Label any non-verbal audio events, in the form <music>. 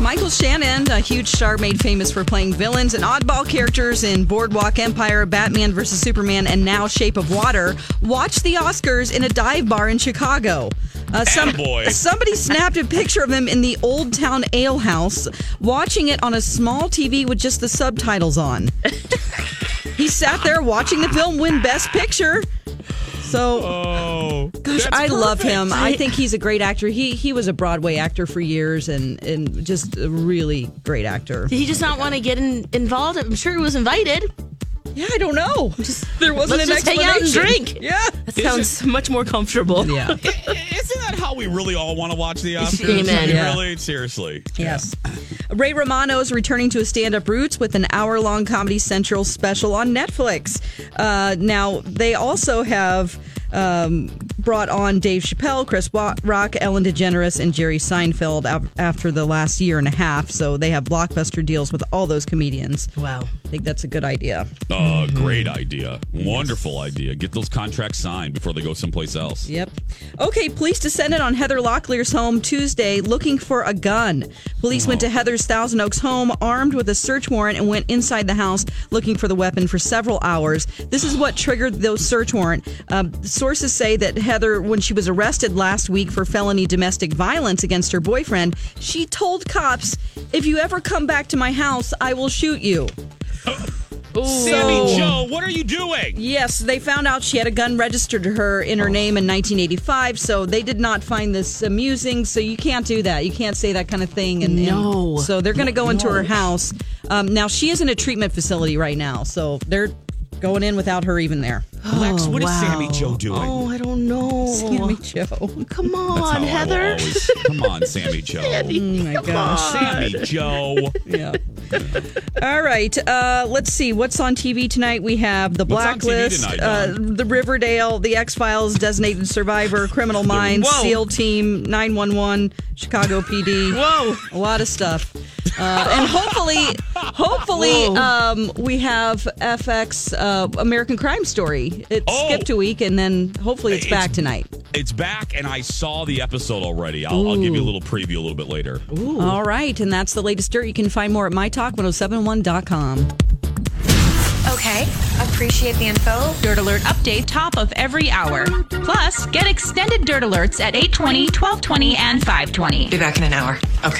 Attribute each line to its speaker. Speaker 1: Michael Shannon, a huge star made famous for playing villains and oddball characters in Boardwalk Empire, Batman vs. Superman, and now Shape of Water, watched the Oscars in a dive bar in Chicago. Uh, some, <laughs>
Speaker 2: Attaboy.
Speaker 1: somebody snapped a picture of him in the Old Town Ale House, watching it on a small TV with just the subtitles on. he sat there watching the film win Best Picture. So
Speaker 2: Oh,
Speaker 1: Gosh, I love him. I think he's a great actor. He he was a Broadway actor for years and and just a really great actor.
Speaker 3: Did he just not want to get in, involved? I'm sure he was invited.
Speaker 1: Yeah, I don't know. <laughs> there wasn't an
Speaker 3: let's just hang out and
Speaker 1: explanation. <laughs>
Speaker 3: drink.
Speaker 1: Yeah.
Speaker 3: That sounds much more comfortable. <laughs>
Speaker 1: Yeah.
Speaker 2: isn't that how we really all want to watch the Oscars?
Speaker 3: Amen.
Speaker 2: I mean,
Speaker 1: Yeah.
Speaker 2: Really, seriously.
Speaker 1: Yes. Ray Romano's returning to his stand up roots with an hour long Comedy Central special on Netflix. Uh, now, they also have um, brought on Dave Chappelle, Chris Wa- Rock, Ellen DeGeneres, and Jerry Seinfeld af- after the last year and a half. So they have blockbuster deals with all those comedians.
Speaker 3: Wow.
Speaker 1: I think that's a good idea.
Speaker 2: Uh, great idea. Wonderful idea. Get those contracts signed before they go someplace else.
Speaker 1: Yep. Okay, police descended on Heather Locklear's home Tuesday looking for a gun. Police went to Heather's Thousand Oaks home armed with a search warrant and went inside the house looking for the weapon for several hours. This is what triggered the search warrant. Um, sources say that Heather, when she was arrested last week for felony domestic violence against her boyfriend, she told cops, If you ever come back to my house, I will shoot you.
Speaker 2: Sammy
Speaker 1: So-
Speaker 2: Joe, what are you doing?
Speaker 1: Yes, they found out she had a gun registered to her in her name in 1985, so they did not find this amusing. So you can't do that. You can't say that kind of thing. And, and
Speaker 3: No.
Speaker 1: so they're going to go into her house. Um, now she is in a treatment facility right now, so they're going in without her even there.
Speaker 2: Lex, what is
Speaker 3: wow.
Speaker 2: Sammy Joe doing?
Speaker 3: Oh, I don't know.
Speaker 1: <laughs> Sammy Joe.
Speaker 3: Come
Speaker 2: That's
Speaker 3: on,
Speaker 2: how I will
Speaker 3: Heather.
Speaker 2: always- come on, Sammy Joe.
Speaker 1: Oh my gosh.
Speaker 2: Sammy Joe.
Speaker 1: Yeah. All right. Uh, let's see what's on TV tonight. We have The
Speaker 2: What's on TV
Speaker 1: Blacklist,
Speaker 2: tonight,
Speaker 1: uh,
Speaker 2: Dawn?
Speaker 1: The Riverdale, The X Files, Designated Survivor, Criminal Minds,
Speaker 3: Whoa.
Speaker 1: SEAL Team, 911, Chicago PD.
Speaker 3: Whoa.
Speaker 1: A lot of stuff. Uh, and hopefully, hopefully,
Speaker 3: Whoa.
Speaker 1: um, we have FX uh, American Crime Story. It
Speaker 2: Oh.
Speaker 1: skipped a week, and then hopefully it's,
Speaker 2: It's-
Speaker 1: back tonight.
Speaker 2: It's back, and I saw the episode already. I'll, I'll give you a little preview a little bit later.
Speaker 1: All right, and that's the latest dirt. You can find more at mytalk1071.com.
Speaker 4: Okay, appreciate the info.
Speaker 5: Dirt Alert update top of every hour. Plus, get extended Dirt Alerts at 820, 1220, and 520.
Speaker 6: Be back in an hour. Okay.